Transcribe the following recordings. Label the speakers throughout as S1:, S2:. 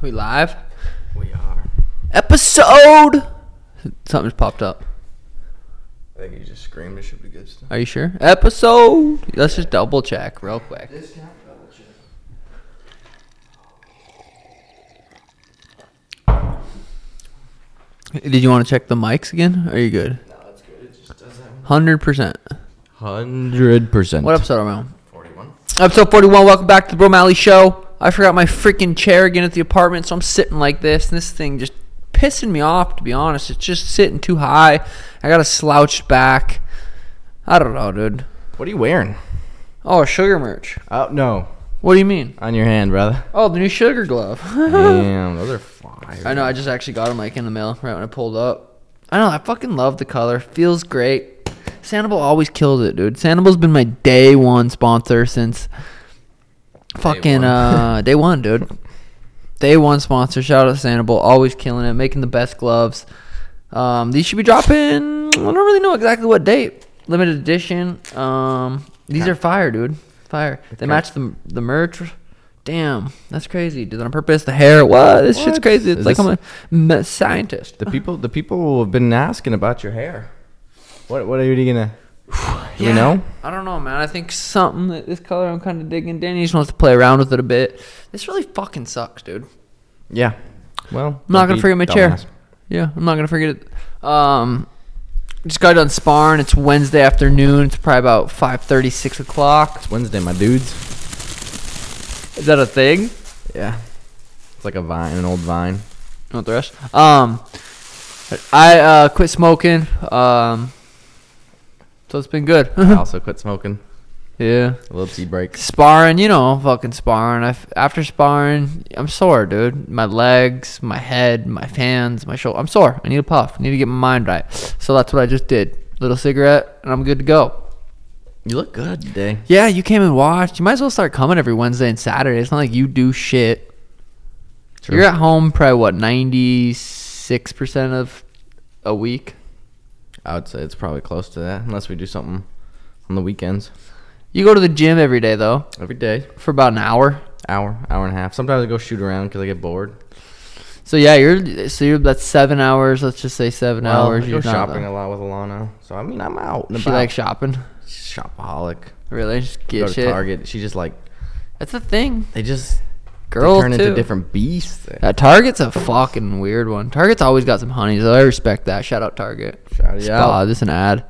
S1: We live?
S2: We are.
S1: Episode! Something's popped up.
S2: I think you just screamed. It should be good stuff.
S1: Are you sure? Episode! Let's just double check real quick. Did you want to check the mics again? Are you good?
S2: No, that's good. It just doesn't.
S1: 100%.
S3: Hundred percent.
S1: What episode are we on?
S2: Forty-one.
S1: Episode 41, welcome back to the Bro Malley Show. I forgot my freaking chair again at the apartment, so I'm sitting like this, and this thing just pissing me off, to be honest. It's just sitting too high. I got a slouched back. I don't know, dude.
S3: What are you wearing?
S1: Oh, sugar merch.
S3: Oh no,
S1: What do you mean?
S3: on your hand, brother.
S1: Oh, the new sugar glove.
S3: Damn, those are fire.
S1: I know, I just actually got them like in the mail right when I pulled up. I know, I fucking love the color. Feels great. Sanibel always kills it, dude. Sanibel's been my day one sponsor since fucking
S2: one.
S1: uh day one, dude. Day one sponsor. Shout out to Sanibel. Always killing it, making the best gloves. Um, these should be dropping I don't really know exactly what date. Limited edition. Um these are fire, dude. Fire. They match the the merch. Damn, that's crazy. Did it on purpose. The hair. What? This shit's
S3: What?
S1: crazy. It's
S3: Is
S1: like
S3: this-
S1: I'm a m- scientist.
S3: The people, the people have been asking about your hair. What, what are you gonna? Do we know?
S1: I don't know, man. I think something that this color I'm kind of digging. Danny just wants to play around with it a bit. This really fucking sucks, dude.
S3: Yeah. Well,
S1: I'm not gonna forget my chair. Yeah, I'm not gonna forget it. Um, just got done sparring. It's Wednesday afternoon. It's probably about five thirty, six o'clock.
S3: It's Wednesday, my dudes.
S1: Is that a thing?
S3: Yeah. It's like a vine, an old vine.
S1: Not the rest. Um, I uh, quit smoking. Um, so it's been good.
S3: I also quit smoking.
S1: yeah.
S3: A little tea break.
S1: Sparring, you know, fucking sparring. I f after sparring, I'm sore, dude. My legs, my head, my hands, my shoulder. I'm sore. I need a puff. I need to get my mind right. So that's what I just did. Little cigarette, and I'm good to go.
S3: You look good today.
S1: Yeah, you came and watched. You might as well start coming every Wednesday and Saturday. It's not like you do shit.
S3: True.
S1: You're at home probably what ninety six percent of a week.
S3: I would say it's probably close to that, unless we do something on the weekends.
S1: You go to the gym every day though
S3: Every day,
S1: for about an hour.
S3: hour, hour and a half. Sometimes I go shoot around because I get bored.
S1: So yeah, you're so you're that's seven hours. Let's just say seven
S3: Well,
S1: hours.
S3: I
S1: you're
S3: go
S1: not
S3: shopping
S1: done.
S3: a lot with Alana, so I mean I'm out and
S1: She
S3: about.
S1: likes shopping.
S3: She's a shopaholic.
S1: Really, just
S3: Go
S1: get
S3: to
S1: shit.
S3: Target. She just like
S1: That's the thing.
S3: they just they
S1: Girls
S3: turn
S1: too. Uh,
S3: into different beasts.
S1: Yeah, Target's a fucking weird one. Target's always got some honeys. though. I respect that. Shout out Target.
S3: Shout it
S1: Spa,
S3: out.
S1: This is an ad.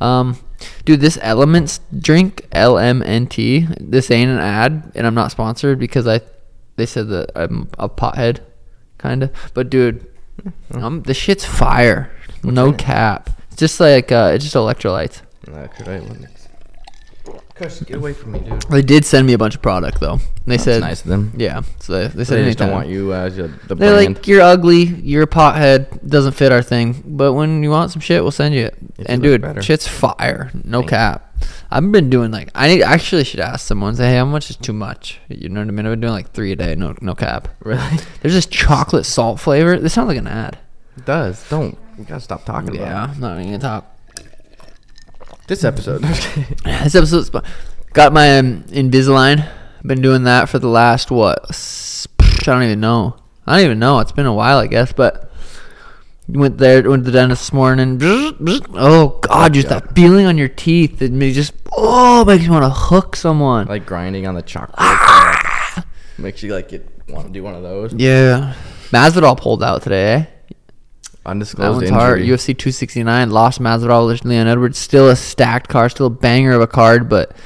S1: Um, dude, this Elements drink L M N T. This ain't an ad, and I'm not sponsored because I they said that I'm a pothead, kinda. But dude,
S3: Hmm.
S1: um, the shit's fire. no cap. It's just like uh, it's just electrolytes.
S3: No, 'cause I wouldn't. Cuss, get away from me, dude.
S1: They did send me a bunch of product though. They
S3: That's
S1: said
S3: nice of them.
S1: Yeah, so they, they said
S3: They just don't
S1: anytime.
S3: want you as your, the
S1: They're
S3: brand.
S1: like, you're ugly, you're a pothead, doesn't fit our thing. But when you want some shit, we'll send you it.
S3: If
S1: and
S3: you
S1: dude,
S3: look better.
S1: shit's fire, no
S3: Thank you.
S1: cap. I've been doing like I need, I actually should ask someone say, hey, how much is too much? You know what I mean? I've been doing like three a day, no no cap.
S3: really?
S1: There's this chocolate salt flavor. This sounds like an ad.
S3: It does. Don't. You gotta stop talking about
S1: Yeah, I'm not even gonna talk.
S3: it. This episode.
S1: This episode's spo- got my um, Invisalign. Been doing that for the last what? s- I don't even know. I don't even know. It's been a while, I guess. But went there, went to the dentist this morning. Oh God, just that feeling on your teeth. It may just oh makes me want to hook someone.
S3: like grinding on the chocolate. Makes you like get want to do one of those.
S1: Ah! yeah, Masvidal pulled out today. Eh? That
S3: Undisclosed
S1: one's
S3: injury.
S1: hard. UFC 269 lost Masvidal versus Leon Edwards. Still a stacked card. Still a banger of a card, but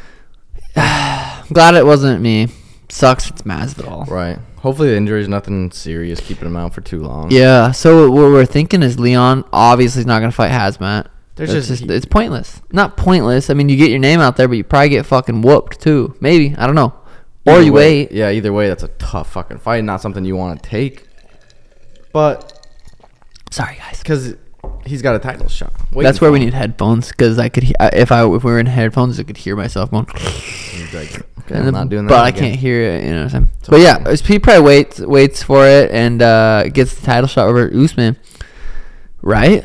S1: glad it wasn't me. Sucks. It's Masvidal.
S3: Right. Hopefully the injury is nothing serious, keeping him out for too long.
S1: Yeah. So what we're thinking is Leon obviously is not going to fight Hazmat.
S3: There's
S1: That's
S3: just-
S1: it's pointless. Not pointless. I mean, you get your name out there, but you probably get fucking whooped too. Maybe I don't know. Or
S3: Either
S1: you
S3: way-
S1: wait.
S3: Yeah, either way, that's a tough fucking fight. Not something you want to take. But
S1: Sorry, guys.
S3: because he's got a title shot. waiting
S1: That's where
S3: for
S1: we
S3: him.
S1: need headphones because I could he- I- if I if we were in headphones, I could hear myself going.
S3: He's like, okay,
S1: And
S3: I'm
S1: then-
S3: not doing that.
S1: But I
S3: again.
S1: can't hear it. You know what I'm saying?
S3: So-
S1: But yeah, it's- he probably waits waits for it and uh, gets the title shot over Usman, right?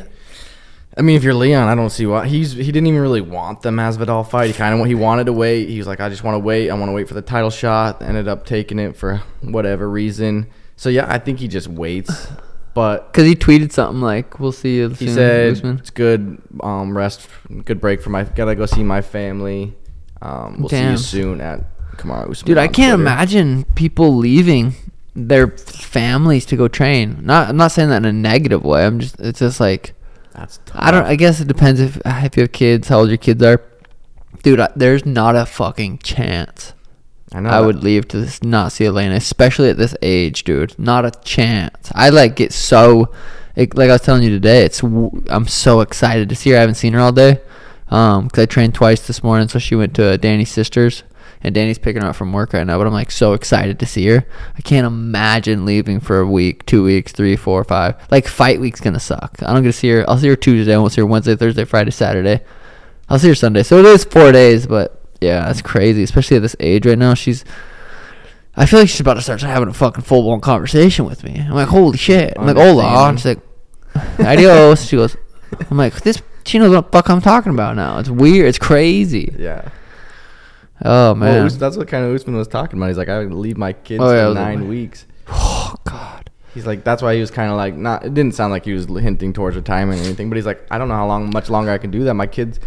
S3: I mean, if you're Leon, I don't see why he's he didn't even really want the Masvidal fight. He kind of he wanted to wait. He was like, I just want to wait. I want to wait for the title shot. Ended up taking it for whatever reason. So yeah, I think he just waits. But
S1: Because he tweeted something like, "We'll see you
S3: he
S1: soon,
S3: said
S1: Usman."
S3: it's good um, rest, good break for my. Gotta go see my family. Um, we'll
S1: Damn.
S3: see you soon at Kamara Usman.
S1: Dude, I
S3: on
S1: can't
S3: Twitter.
S1: imagine people leaving their families to go train. Not, I'm not saying that in a negative way. I'm just, it's just like,
S3: That's tough.
S1: I don't. I guess it depends if if you have kids, how old your kids are. Dude, I, there's not a fucking chance
S3: I know.
S1: I would leave to s- not see Elena, especially at this age, dude. Not a chance. I like get so, it, like I was telling you today. It's w- I'm so excited to see her. I haven't seen her all day, um, cause I trained twice this morning. So she went to Danny's sisters, and Danny's picking her up from work right now. But I'm like so excited to see her. I can't imagine leaving for a week, two weeks, three, four, five. Like fight week's gonna suck. I don't get to see her. I'll see her Tuesday. I won't see her Wednesday, Thursday, Friday, Saturday. I'll see her Sunday. So it is four days, but yeah,
S3: Mm-hmm.
S1: that's crazy, especially at this age right now. She's. I feel like she's about to start having a fucking full blown conversation with me. I'm like, holy shit. I'm like, hola. And she's like, adios. She goes, I'm like, this. She knows what the fuck I'm talking about now. It's weird. It's crazy.
S3: Yeah.
S1: Oh man.
S3: Well, Us- that's what kind of Usman was talking about. He's like, I would leave my kids
S1: Oh, yeah, I
S3: for
S1: was
S3: nine
S1: like-
S3: weeks.
S1: oh god.
S3: He's like, that's why he was kind of like, not. It didn't sound like he was hinting towards retirement or anything, but he's like, I don't know how long, much longer I can do that. My kids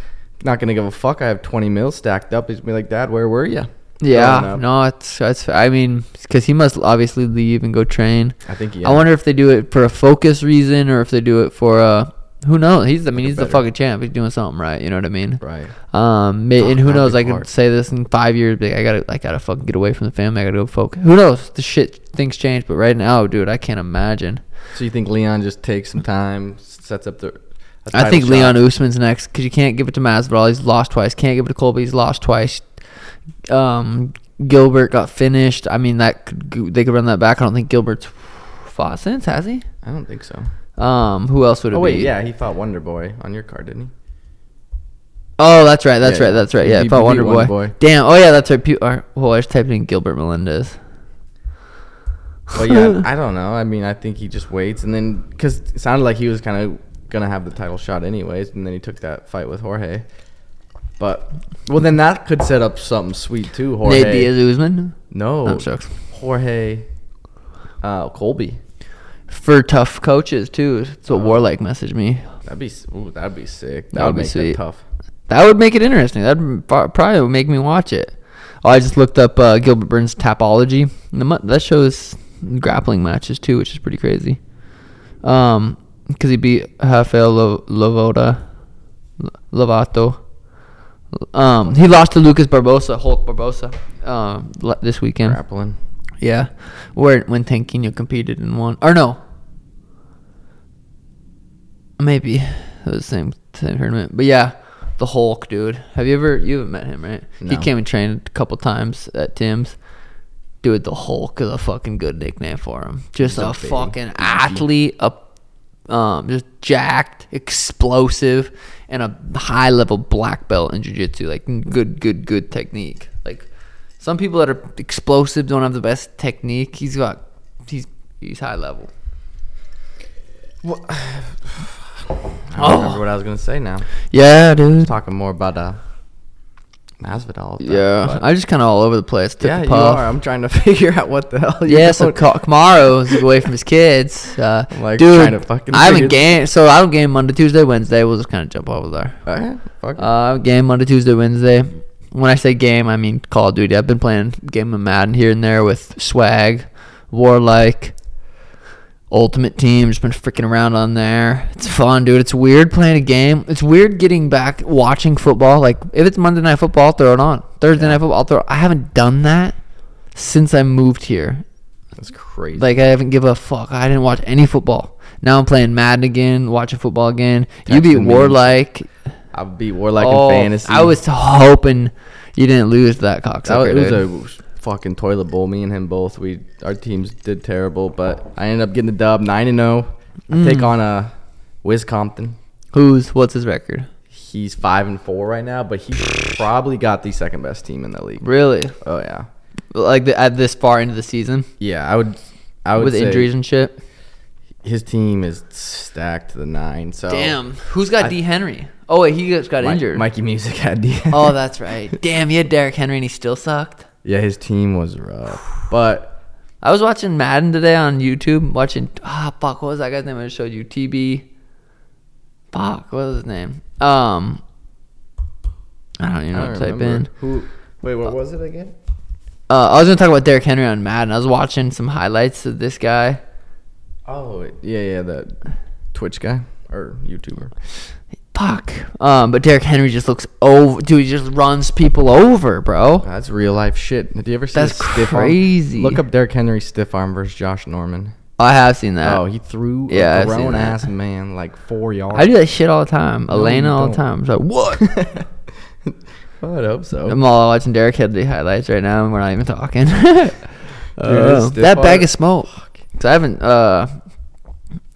S3: not gonna give a fuck. I have twenty mil stacked up. He's gonna be like, Dad, where were you?
S1: Yeah. No, it's that's. I mean, because he must obviously leave and go train.
S3: I think he.
S1: I wonder if they do it for a focus reason or if they do it for a. Who knows? He's. I mean, he's the
S3: better-
S1: fucking champ. He's doing something right. You know what I mean?
S3: Right.
S1: Um, ma-
S3: Fuck,
S1: and who
S3: that'd
S1: knows?
S3: be
S1: I could
S3: hard.
S1: say this in five years, but I gotta, I gotta fucking get away from the family. I gotta go focus. Who knows? The shit things change, but right now, dude, I can't imagine.
S3: So you think Leon just takes some time, s- sets up the. a
S1: I think
S3: title
S1: Leon
S3: shot?
S1: Usman's next because you can't give it to Masvidal. He's lost twice. Can't give it to Colby. He's lost twice. Um, Gilbert got finished. I mean, that could, go- they could run that back. I don't think Gilbert's fought since has he?
S3: I don't think so.
S1: Um, who else would it
S3: Oh wait,
S1: be?
S3: yeah, he fought Wonder Boy on your card, didn't he?
S1: Oh, that's right. That's
S3: Yeah,
S1: right. That's right.
S3: he
S1: Yeah,
S3: beat-
S1: about
S3: he beat
S1: Wonder Boy.
S3: Wonderboy.
S1: Damn. Oh yeah, that's right. Pe- or, well, I just typed in Gilbert Melendez.
S3: Well, yeah, I don't know. I mean, I think he just waits, and then because it sounded like he was kind of gonna have the title shot anyways, and then he took that fight with Jorge. But well, then that could set up something sweet too. Jorge,
S1: Nate Diaz Oh, Usman.
S3: no,
S1: I'm shocked.
S3: Jorge, uh, Colby.
S1: for tough coaches too. That's what
S3: Oh.
S1: Warlike messaged me.
S3: That'd be s- ooh, that'd be sick.
S1: That would be
S3: make
S1: sweet.
S3: tough.
S1: That would make it interesting. That would probably would make me watch it. Oh, I just looked up uh, Gilbert Burns' Tapology. And the mu- That shows grappling matches too, which is pretty crazy. Um, because he beat Rafael Lo- Lovoda, Lo- Lovato. Um, he lost to Lucas Barbosa, Hulk Barbosa, um, le- this weekend.
S3: Grappling.
S1: Yeah, where when Tanquinho competed in one or no, maybe it was the same same tournament. But yeah, the Hulk dude. Have you ever you haven't met him right? He
S3: No.
S1: came and trained a couple times at Tim's. Dude, the Hulk is a fucking good nickname for him. Just
S3: He's a
S1: a
S3: baby.
S1: fucking athlete, a um, just jacked, explosive, and a high level black belt in jiu-jitsu. Like good, good, good technique. Like some people that are explosive don't have the best technique. He's got he's he's high level.
S3: I don't remember what I was gonna say now.
S1: Yeah, dude.
S3: Talking more about uh, Masvidal. but-
S1: Yeah,
S3: but-
S1: I'm just kind of all over the place. Took
S3: yeah,
S1: the
S3: you
S1: puff.
S3: are. I'm trying to figure out what the hell. you're
S1: Yeah, so
S3: doing.
S1: Ka- Kamaro's away from his kids. Uh,
S3: I'm, like,
S1: dude,
S3: trying to fucking
S1: I haven't
S3: figure-
S1: game, so I don't game Monday, Tuesday, Wednesday. We'll just kind of jump over there.
S3: All right, fuck it.
S1: Uh, game Monday, Tuesday, Wednesday. When I say game, I mean Call of Duty. I've been playing Game of Madden here and there with Swag, Warlike, Ultimate Team. Just been freaking around on there. It's fun, dude. It's weird playing a game. It's weird getting back watching football. Like if it's Monday night football, I'll throw it on. Thursday night football, I'll throw. I haven't done that since I moved here.
S3: That's crazy.
S1: Like I haven't give a fuck. I didn't watch any football. Now I'm playing Madden again, watching football again. you
S3: Texting
S1: beat
S3: me.
S1: Warlike.
S3: I beat Warlock
S1: Oh,
S3: in fantasy.
S1: I was hoping you didn't lose to that
S3: That was,
S1: cocksucker.
S3: it was
S1: dude.
S3: a fucking toilet bowl. Me and him both. We our teams did terrible, but I ended up getting the dub, nine and zero. I
S1: Mm.
S3: Take on uh, Wisconsin.
S1: Who's what's his record?
S3: He's five and four right now, but he probably got the second best team in the league.
S1: Really?
S3: Oh yeah,
S1: Like the, at this far into the season
S3: yeah. I would. I would
S1: with
S3: say
S1: injuries and shit.
S3: his team is stacked to the nine. So
S1: Damn. Who's got
S3: Oh. I-
S1: D Henry? Oh wait, he just got
S3: Mi-
S1: injured.
S3: Mikey Music had D.
S1: Oh, that's right. Damn, he had Derrick Henry and he still sucked.
S3: yeah, his team was rough, but
S1: I was watching Madden today on YouTube. Watching ah fuck, what was that guy's name? I just showed you TB. Fuck, what was his name? Um, I don't even know
S3: I
S1: what
S3: don't
S1: to type in.
S3: remember. Who? Wait, what was it again?
S1: Uh, I was gonna talk about Derrick Henry on Madden. I was watching some highlights of this guy.
S3: Oh, it- yeah, yeah, that Twitch guy or YouTuber.
S1: Fuck. Um, but Derrick Henry just looks over. Dude, he just runs people over, bro.
S3: That's real life shit. Have you ever seen
S1: That's
S3: a stiff arm?
S1: crazy.
S3: Look up Derrick Henry's stiff arm versus Josh Norman.
S1: I have seen that.
S3: oh, he threw
S1: Uh, yeah,
S3: a
S1: I've seen
S3: grown
S1: that.
S3: ass man like four yards.
S1: I do that shit all the time.
S3: you
S1: Elena all the
S3: don't.
S1: time. She's like, what?
S3: well, I'd hope so.
S1: I'm all watching Derrick Henry highlights right now, and we're not even talking. Uh,
S3: stiff
S1: that bag
S3: arm-
S1: of smoke. 'Cause I haven't, uh,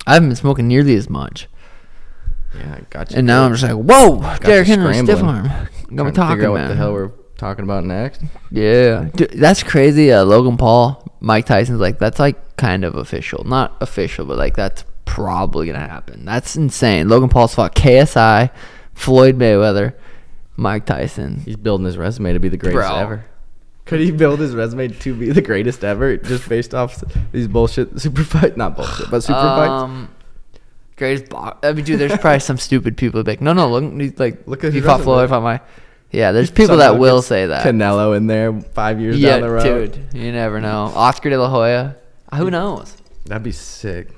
S1: I haven't been smoking nearly as much,
S3: Yeah, I got you.
S1: and now I'm just like, whoa, Derrick
S3: you
S1: Henry stiff arm.
S3: scrambling.
S1: Got me
S3: Trying to
S1: talking,
S3: figure out
S1: man.
S3: what the hell we're talking about next.
S1: Yeah, Dude, that's crazy. Uh, Logan Paul, Mike Tyson's like that's like kind of official, not official, but like that's probably gonna happen. That's insane. Logan Paul's fought KSI, Floyd Mayweather, Mike Tyson.
S3: He's building his resume to be the greatest
S1: Bro.
S3: ever. Could he build his resume to be the greatest ever just based off s- these bullshit super fight? Not bullshit, but super fights.
S1: Um, greatest box. I mean, dude, there's probably some stupid people that'd be like, no, no, look, he's like
S3: Look at
S1: he
S3: his
S1: fought
S3: resume.
S1: Floyd, he fought my. Yeah, there's people that
S3: Somehow
S1: will
S3: gets
S1: say that.
S3: Canelo in there five years
S1: yeah,
S3: down the road.
S1: dude, you never know. Oscar De La Hoya, who knows?
S3: That'd be sick.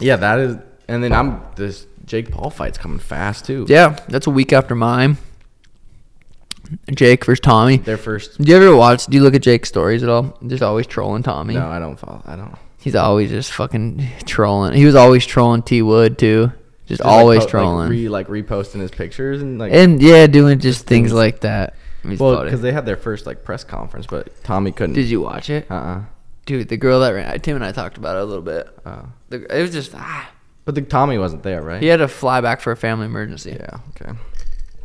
S3: Yeah, that is. And then I'm this Jake Paul fight's coming fast too.
S1: Yeah, that's a week after mine. Jake versus Tommy.
S3: Their first.
S1: Do you ever watch? Do you look at Jake's stories at all? Just always trolling Tommy.
S3: No, I don't follow. I don't.
S1: He's always just fucking trolling. He was always trolling T Wood too. Just, always
S3: like, po-
S1: trolling.
S3: Like, re, like reposting his pictures and like.
S1: and yeah, doing just things like that. He's
S3: well,
S1: funny.
S3: because they had their first like press conference, but Tommy couldn't.
S1: Did you watch it,
S3: Uh uh
S1: dude? The girl that ran. Tim and I talked about it a little bit.
S3: Oh.
S1: The, it was just ah.
S3: But the Tommy wasn't there, right?
S1: He had to fly back for a family emergency. Yeah,
S3: Yeah. Okay.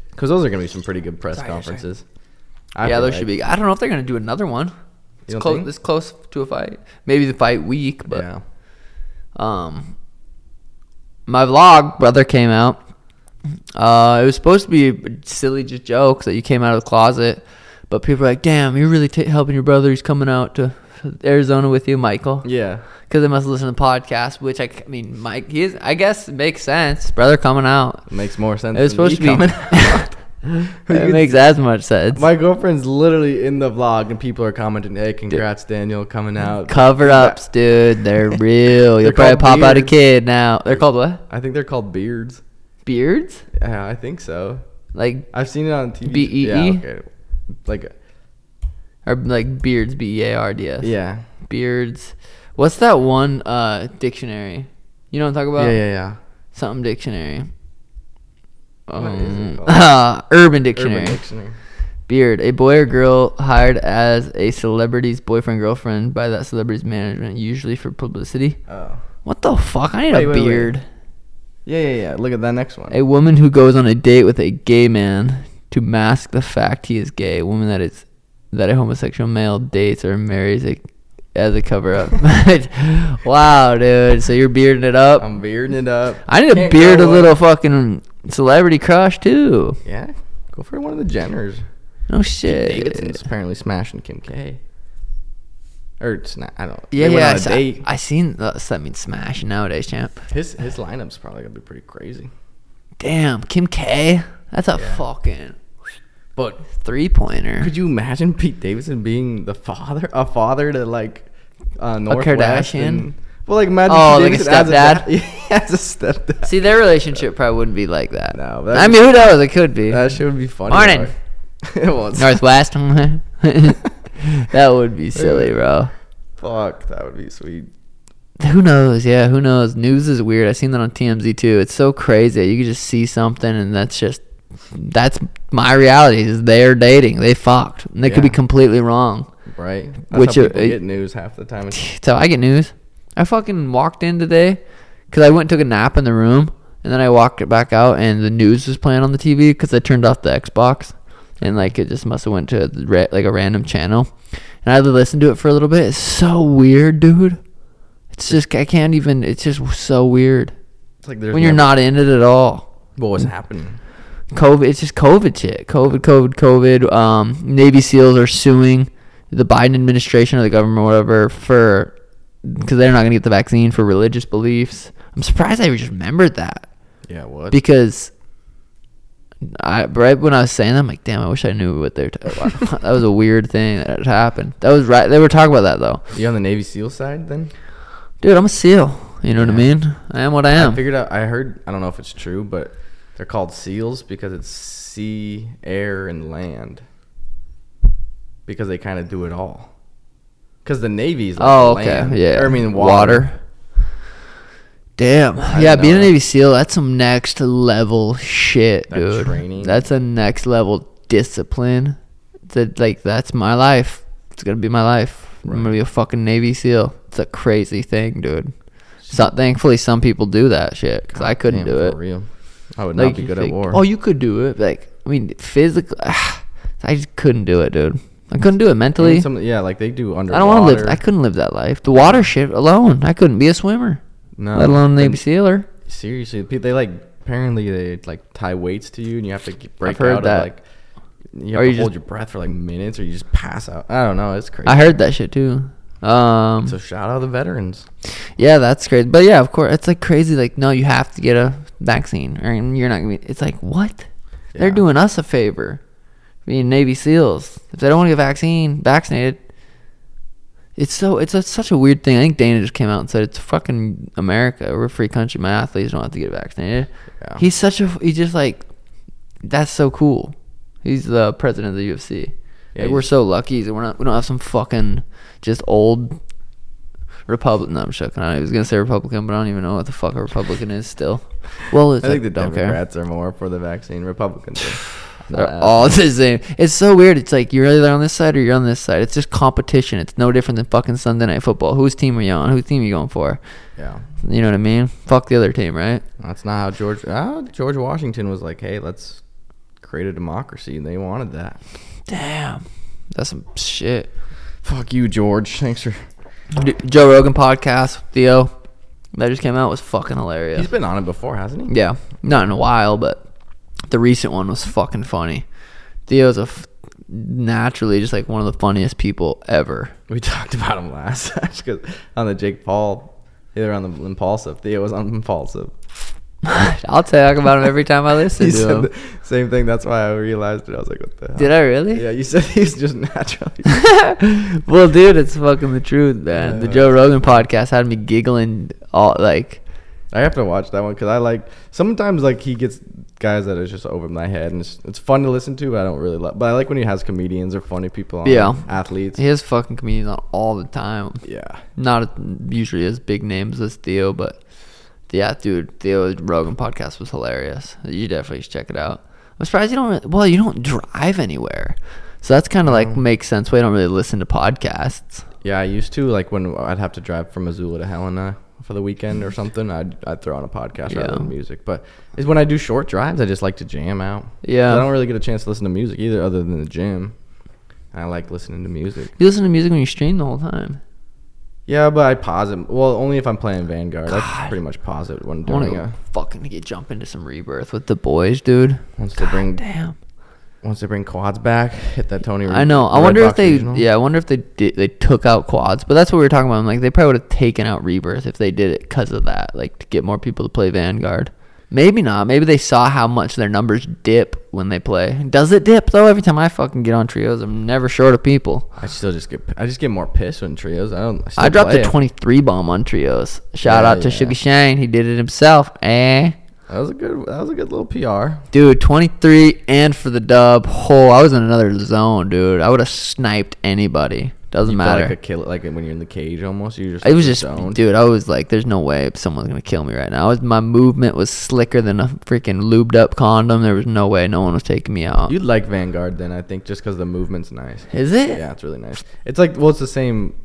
S3: Because those are gonna be some pretty good press
S1: Sorry, sorry.
S3: conferences. I
S1: yeah
S3: feel
S1: there
S3: like.
S1: should be. I don't know if they're gonna do another one. It's
S3: don't
S1: close.
S3: think?
S1: It's close to a fight. Maybe the fight week, but
S3: yeah.
S1: um my vlog brother came out uh it was supposed to be silly just jokes that you came out of the closet but people are like damn you're really t- helping your brother he's coming out to arizona with you michael
S3: Yeah.
S1: because they must listen to the podcast which i, c- I mean mike he is i guess it makes sense brother coming out
S3: Makes more sense.
S1: it was
S3: than me
S1: supposed to be
S3: coming
S1: it
S3: could-
S1: makes as much sense
S3: My girlfriend's literally in the vlog, and people are commenting, "Hey, congrats, Daniel, coming out."
S1: cover ups dude they're real you'll
S3: They're
S1: probably
S3: called
S1: pop out a
S3: beards.
S1: kid now they're called what
S3: I think they're called beards.
S1: beards
S3: Yeah, I think so.
S1: like
S3: I've seen it on TV.
S1: B-E-E?
S3: Yeah, okay. Like,
S1: or like beards b e a r d s
S3: yeah.
S1: beards. What's that one uh dictionary? You know what I'm talking about?
S3: yeah, yeah, yeah.
S1: Something dictionary.
S3: What is it
S1: Um,
S3: called?
S1: uh, urban dictionary.
S3: Urban Dictionary.
S1: Beard. A boy or girl hired as a celebrity's boyfriend girlfriend by that celebrity's management, usually for publicity.
S3: Oh.
S1: What the fuck? I need
S3: Wait,
S1: a
S3: wait, wait.
S1: beard.
S3: Yeah, yeah, yeah. Look at that next one.
S1: A woman who goes on a date with a gay man to mask the fact he is gay. A woman that is that a homosexual male dates or marries a, as a cover up. wow, dude. So you're bearding it up.
S3: I'm bearding it up.
S1: I need to
S3: Um, Can't
S1: beard a
S3: grow one.
S1: little fucking celebrity crush too.
S3: Yeah. Go for one of the Jenners.
S1: No
S3: Pete
S1: shit.
S3: Davidson's apparently smashing Kim K. Or it's not. I don't.
S1: Yeah,
S3: they
S1: yeah. I,
S3: Went
S1: s-
S3: on a date.
S1: I seen uh, so that means smash nowadays, champ.
S3: his his lineup's probably gonna be pretty crazy.
S1: Damn, Kim K. That's a
S3: Yeah.
S1: fucking but three pointer.
S3: Could you imagine Pete Davidson being the father, a father to like uh, Northwest
S1: Kardashian?
S3: and- well, like imagine
S1: Oh,
S3: Pete
S1: like a
S3: Davidson as a stepdad. as a stepdad.
S1: See, their relationship probably wouldn't be like that.
S3: No,
S1: I
S3: that'd
S1: mean, who knows? It could be
S3: that shit would be funny.
S1: Morning.
S3: though. it was
S1: Northwest. that would be silly, bro.
S3: Fuck, that would be sweet.
S1: Who knows? Yeah, who knows? News is weird. I seen that on TMZ too. It's so crazy. You can just see something, and that's just that's my reality. Is they're dating, they fucked, and they could be
S3: Yeah.
S1: completely wrong.
S3: Right? That's
S1: Which
S3: how
S1: are-
S3: people
S1: uh,
S3: get news half the time. It's-
S1: So I get news. I fucking walked in today because I went and took a nap in the room, and then I walked back out, and the news was playing on the TV because I turned off the Xbox, and like it just must have went to a ra- like a random channel, and I listened to it for a little bit. It's so weird, dude. It's It's just I can't even. It's just so weird
S3: It's like there's
S1: when you're
S3: never-
S1: not in it at all.
S3: what was happening.
S1: COVID. It's just COVID shit. COVID. COVID. COVID. Um, Navy SEALs are suing the Biden administration or the government, or whatever, for because they're not gonna get the vaccine for religious beliefs. I'm surprised I just remembered that
S3: Yeah, what?
S1: because I right when I was saying that, I'm like, damn, I wish I knew what they're. T- wow, that was a weird thing that had happened. That was right. They were talking about that though,
S3: you on the Navy SEAL side then?
S1: dude. I'm a seal. You know what I
S3: Yeah.
S1: mean? I am what I am.
S3: I figured out. I heard. I don't know if it's true, but they're called seals because it's sea, air, and land. Because they kind of do it all. Because the Navy's like
S1: oh, okay,
S3: land,
S1: yeah.
S3: Or, I mean water.
S1: Damn.
S3: I
S1: yeah,
S3: know
S1: being a
S3: that.
S1: Navy SEAL, that's some next level shit,
S3: That
S1: dude.
S3: training.
S1: That's a next level discipline. That like that's my life. It's gonna be my life. I'm gonna be a fucking Navy SEAL. It's a crazy thing, dude. So, thankfully, some people do that shit because I couldn't
S3: Damn,
S1: do it.
S3: for real. I would
S1: Like,
S3: not be
S1: you
S3: good
S1: think,
S3: at war.
S1: Oh, you could do it. Like, I mean, physically, I just couldn't do it, dude. I couldn't do it
S3: I mean,
S1: mentally.
S3: some- yeah, like they do under.
S1: I don't want to live. I couldn't live that life. The water shit alone. I couldn't be a swimmer,
S3: No,
S1: let alone
S3: the-
S1: Navy SEAler.
S3: Seriously, pe- they like apparently they like tie weights to you, and you have to get, break
S1: heard
S3: out
S1: that.
S3: of like. You
S1: Or
S3: have
S1: you
S3: to hold
S1: just-
S3: your breath for like minutes, or you just pass out. I don't know. It's crazy.
S1: I heard that shit too. Um,
S3: So shout out the veterans.
S1: yeah, that's crazy. But yeah, of course, it's like crazy. Like, no, you have to get a vaccine, or you're not gonna be. It's like what? They're
S3: Yeah.
S1: doing us a favor, being Navy SEALs. If they don't want to get vaccine vaccinated, it's so it's a, such a weird thing. I think Dana just came out and said it's fucking America. We're a free country. My athletes don't have to get vaccinated.
S3: Yeah.
S1: He's such a he's just like that's so cool. He's the president of the UFC.
S3: Yeah,
S1: like we're
S3: he's-
S1: so lucky that we're not we don't have some fucking just old Republican. No, I'm joking. I was gonna say Republican, but I don't even know what the fuck a Republican is still. Well, it's
S3: I think
S1: like,
S3: the
S1: don't care.
S3: Democrats are more for the vaccine. Republicans are
S1: They're
S3: not.
S1: all the same. It's so weird. It's like you're either on this side or you're on this side. It's just competition. It's no different than fucking Sunday night football. Whose team are you on? Whose team are you going for?
S3: Yeah,
S1: You know what I mean? Fuck the other team, right?
S3: that's not how George ah, George Washington was like. Hey, let's create a democracy. and They wanted that.
S1: Damn, that's some shit.
S3: Fuck you, George. Thanks for.
S1: D- Joe Rogan podcast, Theo, that just came out was fucking hilarious.
S3: He's been on it before, hasn't he?
S1: Yeah, not in a while, but the recent one was fucking funny. Theo's a f- naturally just like one of the funniest people ever.
S3: We talked about him last because on the Jake Paul, either on the impulsive. Theo was on impulsive.
S1: I'll talk about him every time I listen
S3: He
S1: to
S3: said
S1: him.
S3: the same thing. That's why I realized it. I was like, what the hell?
S1: Did I really?
S3: Yeah, you said he's just naturally.
S1: well, dude, it's fucking the truth, man. The
S3: Yeah.
S1: Joe Rogan podcast had me giggling all like,
S3: I have to watch that one because I like sometimes like he gets guys that is just over my head and it's, it's fun to listen to. But I don't really love, but I like when he has comedians or funny people on.
S1: Yeah.
S3: athletes.
S1: he has fucking comedians on all the time.
S3: Yeah,
S1: Not usually as big names as Theo, but yeah, dude, Theo's Rogan podcast was hilarious. You definitely should check it out. I'm surprised you don't. Really, well, you don't drive anywhere, so that's kind of like makes sense. Why you don't really listen to podcasts.
S3: yeah. I used to like when I'd have to drive from Missoula to Helena for the weekend or something. I'd I'd throw on a podcast
S1: Yeah.
S3: rather than music. But it's when I do short drives, I just like to jam out. 'Cause
S1: Yeah.
S3: I don't really get a chance to listen to music either, other than the gym. I like listening to music.
S1: You listen to music when you stream the whole time.
S3: Yeah, but I pause it. Well, only if I'm playing Vanguard. I
S1: God.
S3: pretty much pause it when
S1: I want to
S3: doing a,
S1: fucking get jump into some rebirth with the boys, dude.
S3: once they bring
S1: Damn.
S3: Once they bring quads back, hit that Tony.
S1: I know. I
S3: Red
S1: wonder if
S3: Rock
S1: they,
S3: Regional.
S1: yeah, I wonder if they did, they took out quads, but that's what we were talking about. I'm like, they probably would have taken out Rebirth if they did it because of that, like to get more people to play Vanguard. Maybe not. Maybe they saw how much their numbers dip when they play. Does it dip though? Every time I fucking get on trios, I'm never short of people.
S3: I still just get. I just get more pissed when trios. I don't. still
S1: I dropped
S3: play
S1: a
S3: it.
S1: 23 bomb on trios. Shout
S3: Yeah,
S1: out to
S3: yeah.
S1: Sugar Shane. He did it himself. Eh.
S3: That was a good. That was a good little PR.
S1: Dude, 23 and for the dub. Oh, I was in another zone, dude. I would have sniped anybody. Doesn't
S3: You feel
S1: matter.
S3: Like a kill. Like when you're in the cage, almost. You just.
S1: It was just,
S3: zoned.
S1: dude. I was like, "There's no way someone's gonna kill me right now." I was, my movement was slicker than a freaking lubed up condom. There was no way no one was taking me out.
S3: You'd like Vanguard then, I think, just because the movement's nice.
S1: Is it?
S3: Yeah, it's really nice. It's like well, it's the same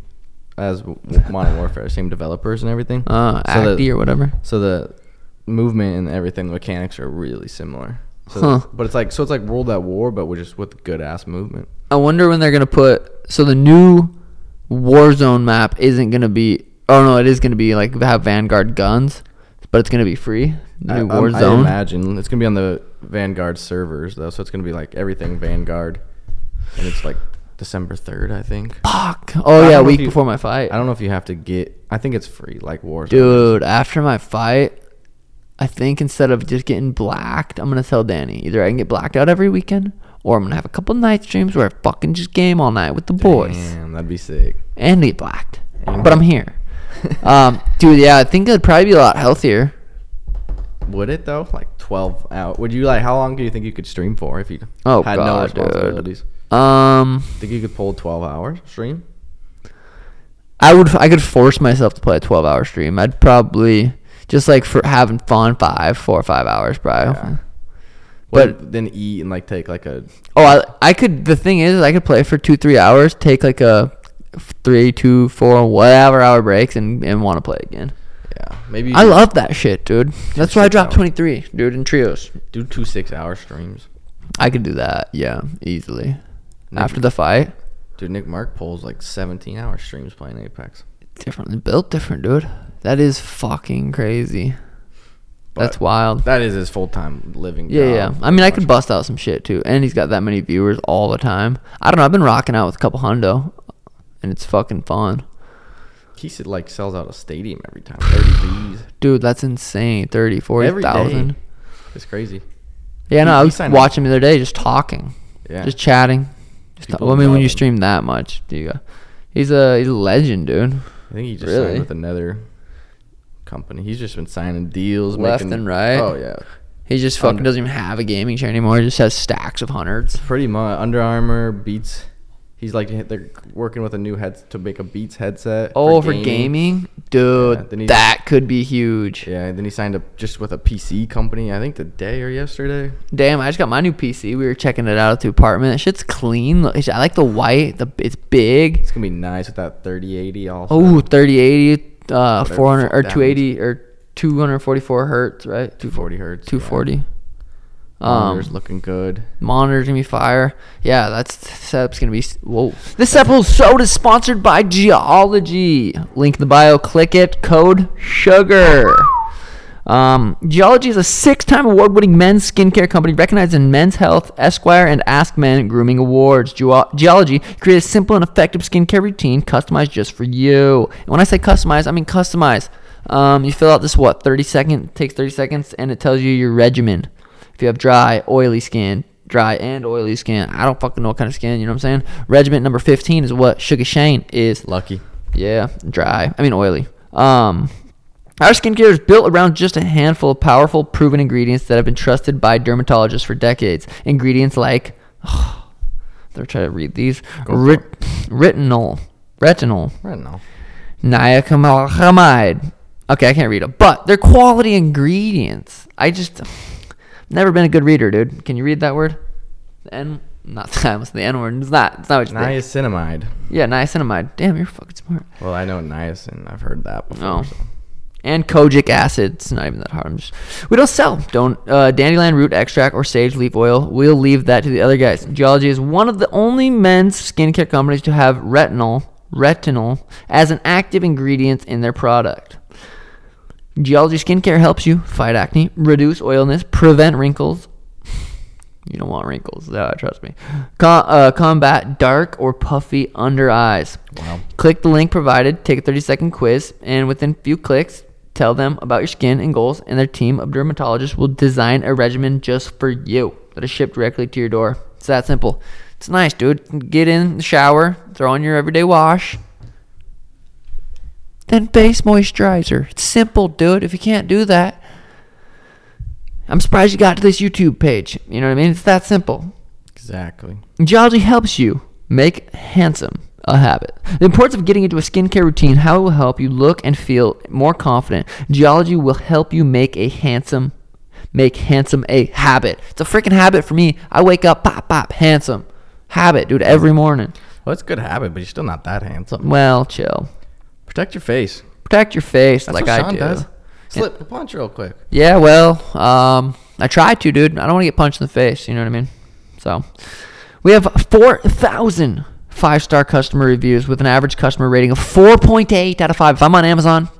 S3: as w- w- Modern Warfare, same developers and everything.
S1: Uh,
S3: the-
S1: Acti or whatever.
S3: So the movement and everything, the mechanics are really similar. So
S1: Huh.
S3: But it's like so it's like World at War, but we're just with good ass movement.
S1: I wonder when they're gonna put. So the new Warzone map isn't gonna be Oh no, it is gonna be like have Vanguard guns, but it's gonna be free. The
S3: I,
S1: new
S3: um, I
S1: Warzone.
S3: imagine it's gonna be on the Vanguard servers though, so it's gonna be like everything Vanguard, and it's like December third, I think.
S1: Fuck.
S3: I
S1: Oh
S3: don't
S1: yeah, a
S3: know if
S1: week
S3: you-
S1: before my fight.
S3: I don't know if you have to get. I think it's free, like Warzone.
S1: Dude, after my fight, I think instead of just getting blacked, I'm gonna tell Danny either I can get blacked out every weekend, or I'm gonna have a couple night streams where I fucking just game all night with the boys
S3: Damn, that'd be sick.
S1: and get blacked.
S3: Damn.
S1: But I'm here, um, dude. Yeah, I think it'd probably be a lot healthier.
S3: Would it though? Like twelve out? Would you like? How long do you think you could stream for if you
S1: Oh,
S3: had no
S1: God, dude.
S3: responsibilities?
S1: Um,
S3: Think you could pull twelve hours stream?
S1: I would I could force myself to play a 12 hour stream. I'd probably just like for having fun five, four or five hours probably.
S3: Yeah.
S1: But-
S3: Would- then eat and like take like a
S1: Oh, I I could. The thing is, I could play for two, three hours, take like a three, two, four, whatever hour breaks, and and want to play again.
S3: yeah maybe. you
S1: I
S3: could
S1: love that shit, dude. That's why I
S3: six
S1: dropped
S3: hours.
S1: 23, dude, in trios.
S3: do two six hour streams.
S1: I could do that, yeah, easily.
S3: Nick-
S1: After the fight,
S3: Dude, Nick Mark pulls like seventeen hour streams playing Apex.
S1: different, built different, dude. That is fucking crazy. That's
S3: But-
S1: wild.
S3: That is his full time living.
S1: Yeah, yeah.
S3: job,
S1: I mean, I
S3: pretty
S1: could
S3: much.
S1: bust out some shit too, and he's got that many viewers all the time. I don't know. I've been rocking out with a couple hundo, and it's fucking fun,
S3: He said like sells out a stadium every time. Thirty B's
S1: dude. That's insane. Thirty, forty
S3: every
S1: thousand.
S3: thousand. It's crazy.
S1: Yeah, no.
S3: He-
S1: I
S3: he
S1: was
S3: signed
S1: watching him the other day, just talking,
S3: Yeah.
S1: just chatting. Just ta-
S3: People
S1: well, I mean, when
S3: love
S1: you
S3: him.
S1: stream that much, do you? Go, he's a he's a legend, dude.
S3: I think he just
S1: Really?
S3: signed with another company. He's just been signing deals,
S1: Left
S3: making,
S1: and right.
S3: Oh yeah,
S1: He just
S3: Oh,
S1: fucking
S3: no.
S1: doesn't even have a gaming chair anymore. He just has stacks of hundreds.
S3: pretty much. Under Armour Beats. He's like they're working with a new head to make a Beats headset.
S1: Oh, for gaming, dude,
S3: then he-
S1: that could be huge.
S3: Yeah, and then he signed up just with a PC company. I think today or yesterday.
S1: Damn, I just got my new PC. We were checking it out at the apartment. That shit's clean. Look, it's- I like the white. The it's big.
S3: It's gonna be nice with that 3080 also.
S1: Oh, 3080, uh,
S3: Whatever
S1: 400 or
S3: fuck that
S1: 280 or 244 hertz, right?
S3: 240 hertz.
S1: 240.
S3: Yeah.
S1: Um,
S3: Monitor's looking good.
S1: monitor's gonna be fire. Yeah, that's setup's gonna be. s- Whoa! This episode is sponsored by Geology. Link in the bio. Click it. Code sugar. Um, Geology is a six-time award-winning men's skincare company recognized in Men's Health, Esquire, and Ask Men Grooming Awards. Geo- Geology creates a simple and effective skincare routine customized just for you. And when I say customized, I mean customized. Um, you fill out this what 30 second takes 30 seconds, and it tells you your regimen. If you have dry, oily skin, dry and oily skin, I don't fucking know what kind of skin, you know what I'm saying? Regiment number 15 is what Sugar Shane is.
S3: Lucky.
S1: Yeah, dry. I mean, oily. Um, our skincare is built around just a handful of powerful, proven ingredients that have been trusted by dermatologists for decades. Ingredients like, they're trying to read these,
S3: for
S1: Rit- retinol, retinol,
S3: I don't know.
S1: niacinamide. Okay, I can't read them, but they're quality ingredients. I just never been a good reader, dude. Can you read that word? The N, not the almost the N word. It's not. It's not what you think.
S3: Niacinamide.
S1: Yeah, niacinamide. Damn, you're fucking smart.
S3: Well, I know niacin. I've heard that before.
S1: Oh.
S3: so.
S1: And kojic acid. It's not even that hard. I'm just, we don't sell don't uh, dandelion root extract or sage leaf oil. We'll leave that to the other guys. Geology is one of the only men's skincare companies to have retinol retinol as an active ingredient in their product. Geology skincare helps you fight acne, reduce oiliness, prevent wrinkles. You don't want wrinkles, uh, trust me. Com- uh, combat dark or puffy under eyes.
S3: Wow.
S1: Click the link provided, take a 30 second quiz, and within few clicks, tell them about your skin and goals, and their team of dermatologists will design a regimen just for you that is shipped directly to your door. It's that simple. It's nice, dude. Get in the shower, throw on your everyday wash, then face moisturizer. It's simple, dude. If you can't do that, I'm surprised you got to this YouTube page. You know what I mean? It's that simple.
S3: Exactly.
S1: Geology helps you make handsome a habit. The importance of getting into a skincare routine, how it will help you look and feel more confident. Geology will help you make a handsome make handsome a habit. It's a freaking habit for me. I wake up pop pop handsome. Habit, dude, every morning.
S3: Well, it's a good habit, but you're still not that handsome.
S1: Well, chill.
S3: Protect your face.
S1: Protect your face
S3: That's
S1: like
S3: what
S1: I
S3: Sean
S1: do.
S3: does. Slip the punch real quick.
S1: Yeah, well, um, I try to, dude. I don't want to get punched in the face. You know what I mean? So, we have 4,000 five star customer reviews with an average customer rating of 4.8 out of 5. If I'm on Amazon,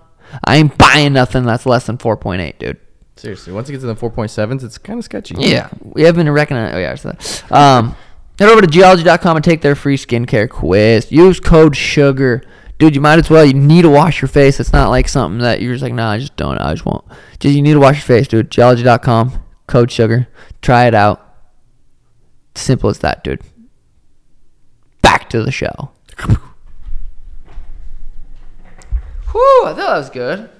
S1: I ain't buying nothing that's less than 4.8, dude.
S3: Seriously, once it gets in the 4.7s, it's kind of sketchy.
S1: Yeah, we have been recognized. Oh, yeah, I said that. Um, head over to geology.com and take their free skincare quiz. Use code SUGAR. Dude, you might as well. You need to wash your face. It's not like something that you're just like, nah, I just don't. I just won't. Just you need to wash your face, dude. Geology.com, code SUGAR. Try it out. Simple as that, dude. Back to the show. Whew, I thought that was good.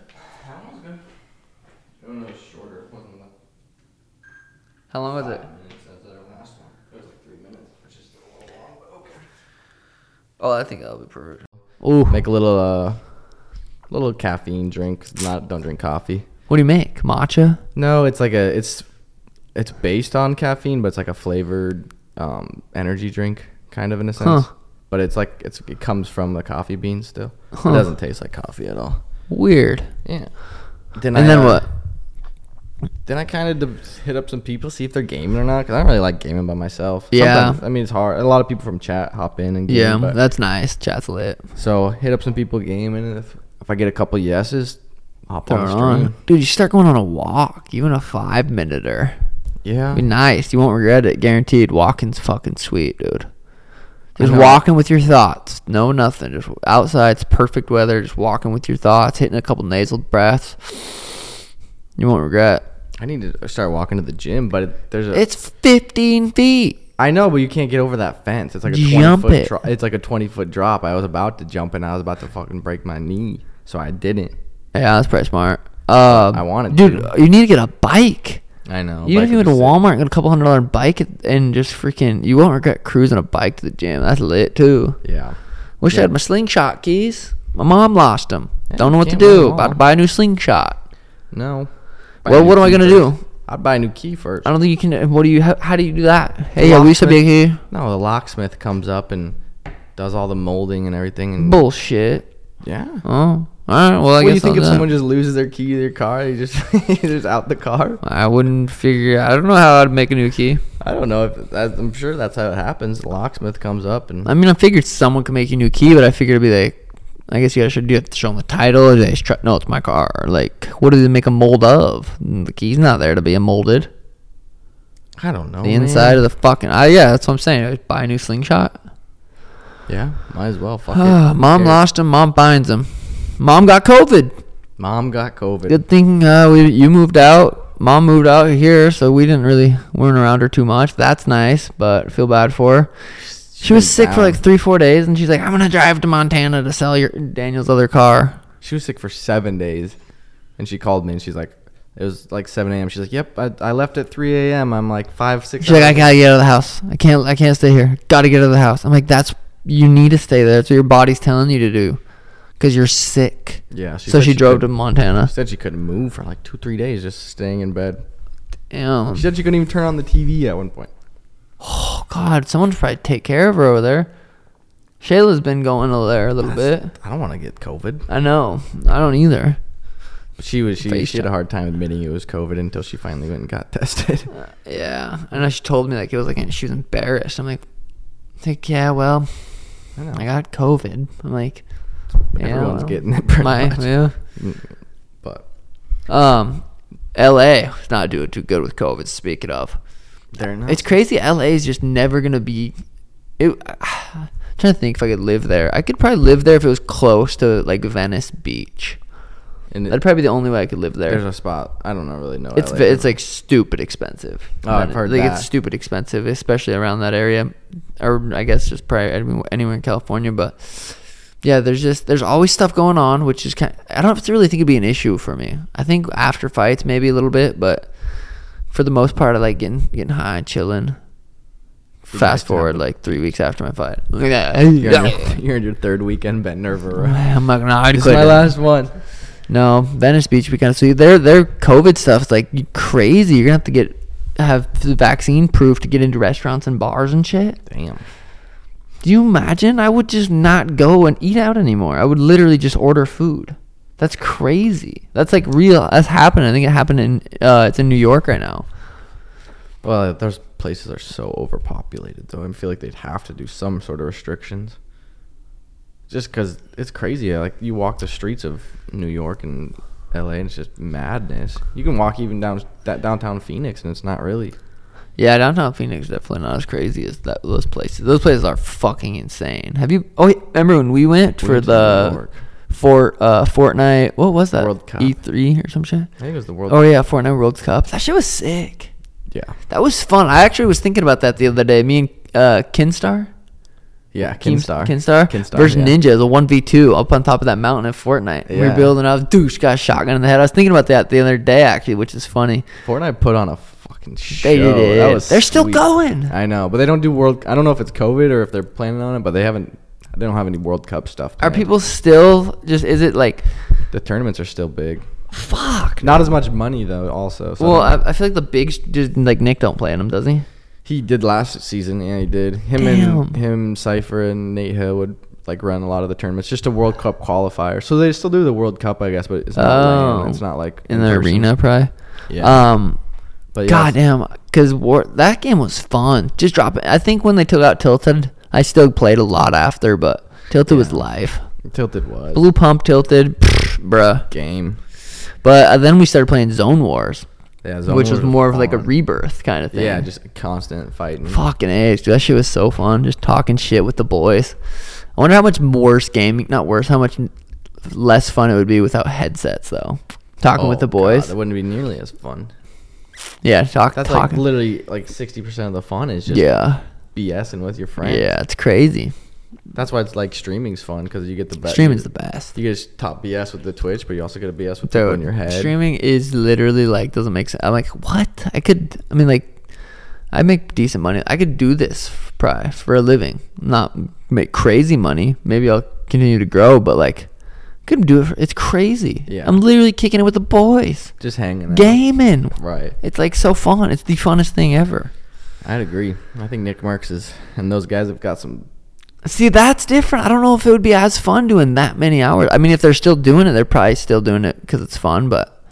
S1: How long was it? Oh, I think that'll be perfect. Ooh,
S3: Make a little uh, little caffeine drink. Not don't drink coffee.
S1: what do you make? Matcha?
S3: No, it's like a it's it's based on caffeine, but it's like a flavored um, energy drink, kind of in a sense.
S1: Huh.
S3: But it's like it's it comes from the coffee beans still.
S1: Huh.
S3: It doesn't taste like coffee at all.
S1: Weird.
S3: Yeah. Then
S1: and then
S3: uh,
S1: what?
S3: Then I kind of hit up some people, see if they're gaming or not, because I don't really like gaming by myself.
S1: Yeah.
S3: Sometimes- I mean, it's hard. A lot of people from chat hop in and game.
S1: Yeah,
S3: but-
S1: that's nice. Chat's lit.
S3: so hit up some people gaming, and if, if I get a couple yeses, hop on
S1: Turn
S3: the
S1: it
S3: stream.
S1: on. Dude, you start going on a walk, even a five minuter.
S3: Yeah.
S1: Be nice. You won't regret it. Guaranteed. Walking's fucking sweet, dude. Just
S3: know.
S1: walking with your thoughts. No nothing. Just outside. It's perfect weather. Just walking with your thoughts. Hitting a couple nasal breaths. You won't regret.
S3: I need to start walking to the gym, but it, there's a.
S1: It's 15 feet.
S3: I know, but you can't get over that fence. It's like a
S1: Jump
S3: twenty
S1: it.
S3: foot. Dro- it's like a twenty foot drop. I was about to jump, and I was about to fucking break my knee, so I didn't.
S1: Yeah, that's pretty smart. Um,
S3: I wanted
S1: dude.
S3: to.
S1: You need to get a bike.
S3: I know.
S1: You
S3: but
S1: don't
S3: I
S1: even
S3: could've
S1: go to
S3: sit-
S1: Walmart and get a couple hundred dollar bike and just freaking. You won't regret cruising a bike to the gym. That's lit too.
S3: Yeah.
S1: Wish I had my slingshot keys. My mom lost them.
S3: Yeah,
S1: don't know what to
S3: can't blame
S1: do.
S3: your
S1: About to
S3: mom.
S1: buy a new slingshot.
S3: No. Buy a
S1: well,
S3: new
S1: what am I
S3: key
S1: gonna
S3: first.
S1: do?
S3: I'd buy a new key first.
S1: I don't think you can. What do you? How, how do you do that? Hey, yeah, we used to be
S3: Locksmith.
S1: here.
S3: No, the locksmith comes up and does all the molding and everything. And
S1: Bullshit.
S3: yeah.
S1: Oh, all right. Well, I
S3: what do
S1: guess
S3: you think
S1: I'll
S3: if
S1: do that.
S3: someone just loses their key to their car? They just they're just out the car.
S1: I wouldn't figure. I don't know how I'd make a new key.
S3: I don't know if that, I'm sure that's how it happens. The locksmith comes up and
S1: I mean, I figured someone could make you a new key, but I figured it'd be like, I guess you guys should do it. Show them the title. Or they just try, no, it's my car. Like, what do they make a mold of? The key's not there to be molded.
S3: I don't know
S1: the inside of the fucking. I, yeah, that's what I'm saying. Like, buy a new slingshot.
S3: Yeah, might as well. Fuck it. Who
S1: Mom
S3: cares?
S1: lost him. Mom finds him. Mom got COVID.
S3: Mom got COVID.
S1: Good thing uh, we, you moved out. Mom moved out here, so we didn't really weren't around her too much. That's nice, but feel bad for her. She was
S3: been
S1: sick for
S3: down.
S1: like three, four days, and she's like, "I'm gonna drive to Montana to sell your Daniel's other car."
S3: She was sick for seven days, and she called me and she's like, it was like 7 a.m. She's like, yep, I, I left at 3 a.m. I'm like five, six.
S1: She's like, I
S3: hours."
S1: gotta get out of the house. I can't. I can't stay here. Gotta get out of the house. I'm like, that's you need to stay there. That's what your body's telling you to do, because you're sick.
S3: Yeah. She
S1: so
S3: said
S1: she drove to
S3: couldn't-
S1: Montana.
S3: She said she couldn't move for like two, three days, just staying in bed.
S1: Damn.
S3: She said she couldn't even turn on the TV at one point.
S1: Oh God, someone's probably take care of her over there. Shayla's been going over there a little bit.
S3: I don't want to get COVID.
S1: I know. I don't either.
S3: But she was she,
S1: Face
S3: she had a
S1: time.
S3: hard time admitting it was COVID until she finally went and got tested.
S1: Uh, Yeah, I know. She told me like it was like she was embarrassed. I'm like, like yeah, well,
S3: I know.
S1: I got COVID. I'm like, yeah,
S3: Everyone's
S1: well,
S3: getting it pretty
S1: my-
S3: much. Mm,
S1: Yeah.
S3: But
S1: Um, L.A. is not doing too good with COVID. Speaking of,
S3: they're not.
S1: it's crazy. L.A. is just never gonna be. It, I'm trying to think if I could live there. I could probably live there if it was close to like Venice Beach.
S3: and it-
S1: That'd probably be the only way I could live
S3: there's
S1: there.
S3: a spot. I don't know, really know.
S1: It's
S3: LA.
S1: ve- it's like stupid expensive.
S3: Oh, I've heard
S1: like
S3: that.
S1: it's stupid expensive, especially around that area, or I guess just probably any- anywhere in California. But yeah, there's just there's always stuff going on, which is kind. I don't really think it'd be an issue for me. I think after fights maybe a little bit, but for the most part, I like getting getting high, chilling.
S3: nice
S1: Fast
S3: to
S1: forward
S3: have-
S1: like three weeks after my fight.
S3: You're, in your, you're in your third weekend bent over.
S1: I'm not gonna. I'd
S3: This is
S1: quit
S3: my
S1: it.
S3: last one.
S1: No, Venice Beach. We kind of see their their COVID stuff's like crazy. You're gonna have to get have the vaccine proof to get into restaurants and bars and shit.
S3: Damn.
S1: Do you imagine? I would just not go and eat out anymore. I would literally just order food. That's crazy. That's like real. That's happening. I think it happened in. Uh, it's in New York right now.
S3: Well, those places are so overpopulated, though. I feel like they'd have to do some sort of restrictions. Just because it's crazy. Like, you walk the streets of New York and LA, and it's just madness. You can walk even down that downtown Phoenix, and it's not really.
S1: Yeah, downtown Phoenix is definitely not as crazy as that, those places. Those places are fucking insane. Have you? Oh, wait, remember when we went
S3: We
S1: for
S3: went to New
S1: the
S3: York.
S1: for uh Fortnite? What was that?
S3: World Cup.
S1: E three or some shit.
S3: I think it was the world.
S1: Oh yeah, Fortnite World Cup. That shit was sick.
S3: yeah.
S1: That was fun. I actually was thinking about that the other day. Me and uh, Kinstar.
S3: Yeah.
S1: Keem-
S3: Uh, Kinstar.
S1: Kinstar.
S3: Kinstar.
S1: versus
S3: yeah.
S1: Ninja is a one v two up on top of that mountain in Fortnite. We
S3: Yeah.
S1: were building up. Douche got a shotgun in the head. I was thinking about that the other day actually, which is funny.
S3: Fortnite put on a fucking show.
S1: They did
S3: That
S1: it.
S3: was
S1: They're still
S3: sweet.
S1: going.
S3: I know, but they don't do World. I don't know if it's COVID or if they're planning on it, but they haven't. They don't have any World Cup stuff.
S1: Are
S3: planned.
S1: people still just? Is it like,
S3: The tournaments are still big.
S1: fuck?
S3: Not as much money though. Also, so
S1: Well, uh,
S3: I don't know.
S1: I, I feel like the big sh- just, like Nick don't play in them, does he?
S3: he did last season. Yeah, he did. Him
S1: Damn.
S3: and him, Cipher and Nate Hill would like run a lot of the tournaments. Just a World Cup qualifier. So they still do the World Cup, I guess, but it's not.
S1: Oh.
S3: land. It's not like
S1: In the
S3: person.
S1: arena, probably.
S3: Yeah.
S1: Um.
S3: But yeah, it's-
S1: Goddamn, because war that game was fun. Just drop it. I think when they took out Tilted, I still played a lot after, but Tilted was
S3: Yeah.
S1: live.
S3: Tilted was
S1: Blue Pump Tilted, pfft, bruh.
S3: game.
S1: But uh, then we started playing Zone Wars,
S3: Yeah, Zone
S1: which was
S3: Wars
S1: more of like a
S3: on.
S1: rebirth kind of thing.
S3: Yeah, just constant fighting.
S1: fucking age, dude. That shit was so fun. Just talking shit with the boys. I wonder how much worse gaming, not worse, how much n- less fun it would be without headsets though. Talking with
S3: Oh,
S1: the boys.
S3: God, that wouldn't be nearly as fun.
S1: yeah, talk,
S3: That's
S1: talking.
S3: like literally like sixty percent of the fun is just
S1: yeah,
S3: BSing with your friends.
S1: yeah, it's crazy.
S3: that's why it's like streaming's fun because you get the best.
S1: Streaming's the best.
S3: You get s- top BS with the Twitch, but you also get a BS with people
S1: Dude,
S3: in your head.
S1: streaming is literally like doesn't make sense. I'm like, what? I could. I mean, like, I make decent money. I could do this f- probably for a living. Not make crazy money. Maybe I'll continue to grow, but like, couldn't do it. For, it's crazy.
S3: Yeah.
S1: I'm literally kicking it with the boys,
S3: just hanging out.
S1: gaming.
S3: Right,
S1: It's like so fun. It's the funnest thing ever.
S3: I'd agree. I think Nick Marks is, and those guys have got some.
S1: See, that's different. I don't know if it would be as fun doing that many hours. I mean, if they're still doing it, they're probably still doing it because it's fun. But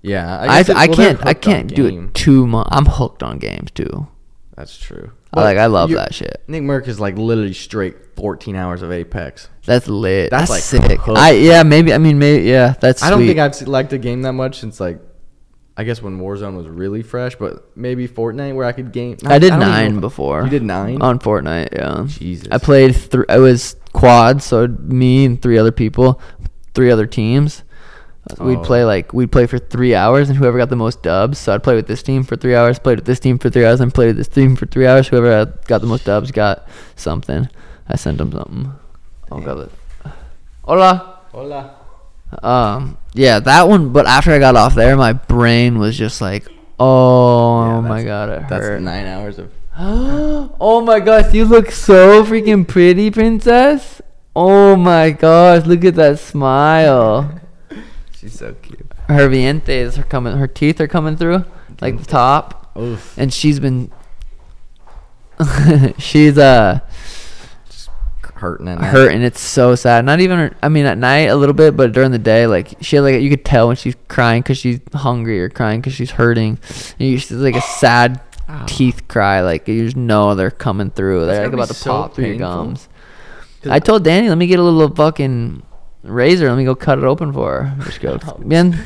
S3: Yeah,
S1: I, I,
S3: guess it- well, they're
S1: can't I
S3: hooked on
S1: can't do
S3: game.
S1: it too much. I'm hooked on games too.
S3: That's true.
S1: I like I love
S3: you're-
S1: that shit.
S3: Nick Merck is like literally straight fourteen hours of Apex.
S1: That's lit. That's,
S3: That's, like,
S1: sick.
S3: hooked.
S1: I yeah maybe I mean maybe yeah that's.
S3: I don't
S1: sweet.
S3: think I've se- liked a game that much since like, I guess when Warzone was really fresh, but maybe Fortnite where I could game.
S1: I did
S3: don't even know
S1: nine
S3: if-
S1: before.
S3: You did nine
S1: on Fortnite. Yeah.
S3: Jesus.
S1: I played. Th- I was quad, so it'd- me and three other people, three other teams. We'd
S3: Oh.
S1: play like we'd play for three hours, and whoever got the most dubs. So I'd play with this team for three hours, played with this team for three hours, and played with this team for three hours. Whoever had- got the most dubs got something. I sent them something. I'll grab it. Hola.
S3: Hola.
S1: Um, yeah, that one. But after I got off there, my brain was just like, oh
S3: Yeah,
S1: my
S3: that's-
S1: god, it
S3: That's
S1: hurt.
S3: nine hours of.
S1: oh my gosh, you look so freaking pretty, princess. Oh my gosh, look at that smile.
S3: She's so cute.
S1: Her dientes are coming. Her teeth are coming through, like the top,
S3: Oof.
S1: and she's been. she's uh
S3: Hurting and
S1: hurt and it's so sad not even her, i mean at night a little bit but during the day like she had like you could tell when she's crying because she's hungry or crying because she's hurting and you, she's like a sad teeth cry like you just know they're coming through they're
S3: That's
S1: like
S3: gotta be
S1: about to
S3: so
S1: pop through your
S3: painful.
S1: gums i told danny let me get a little fucking razor let me go cut it open for her Just go man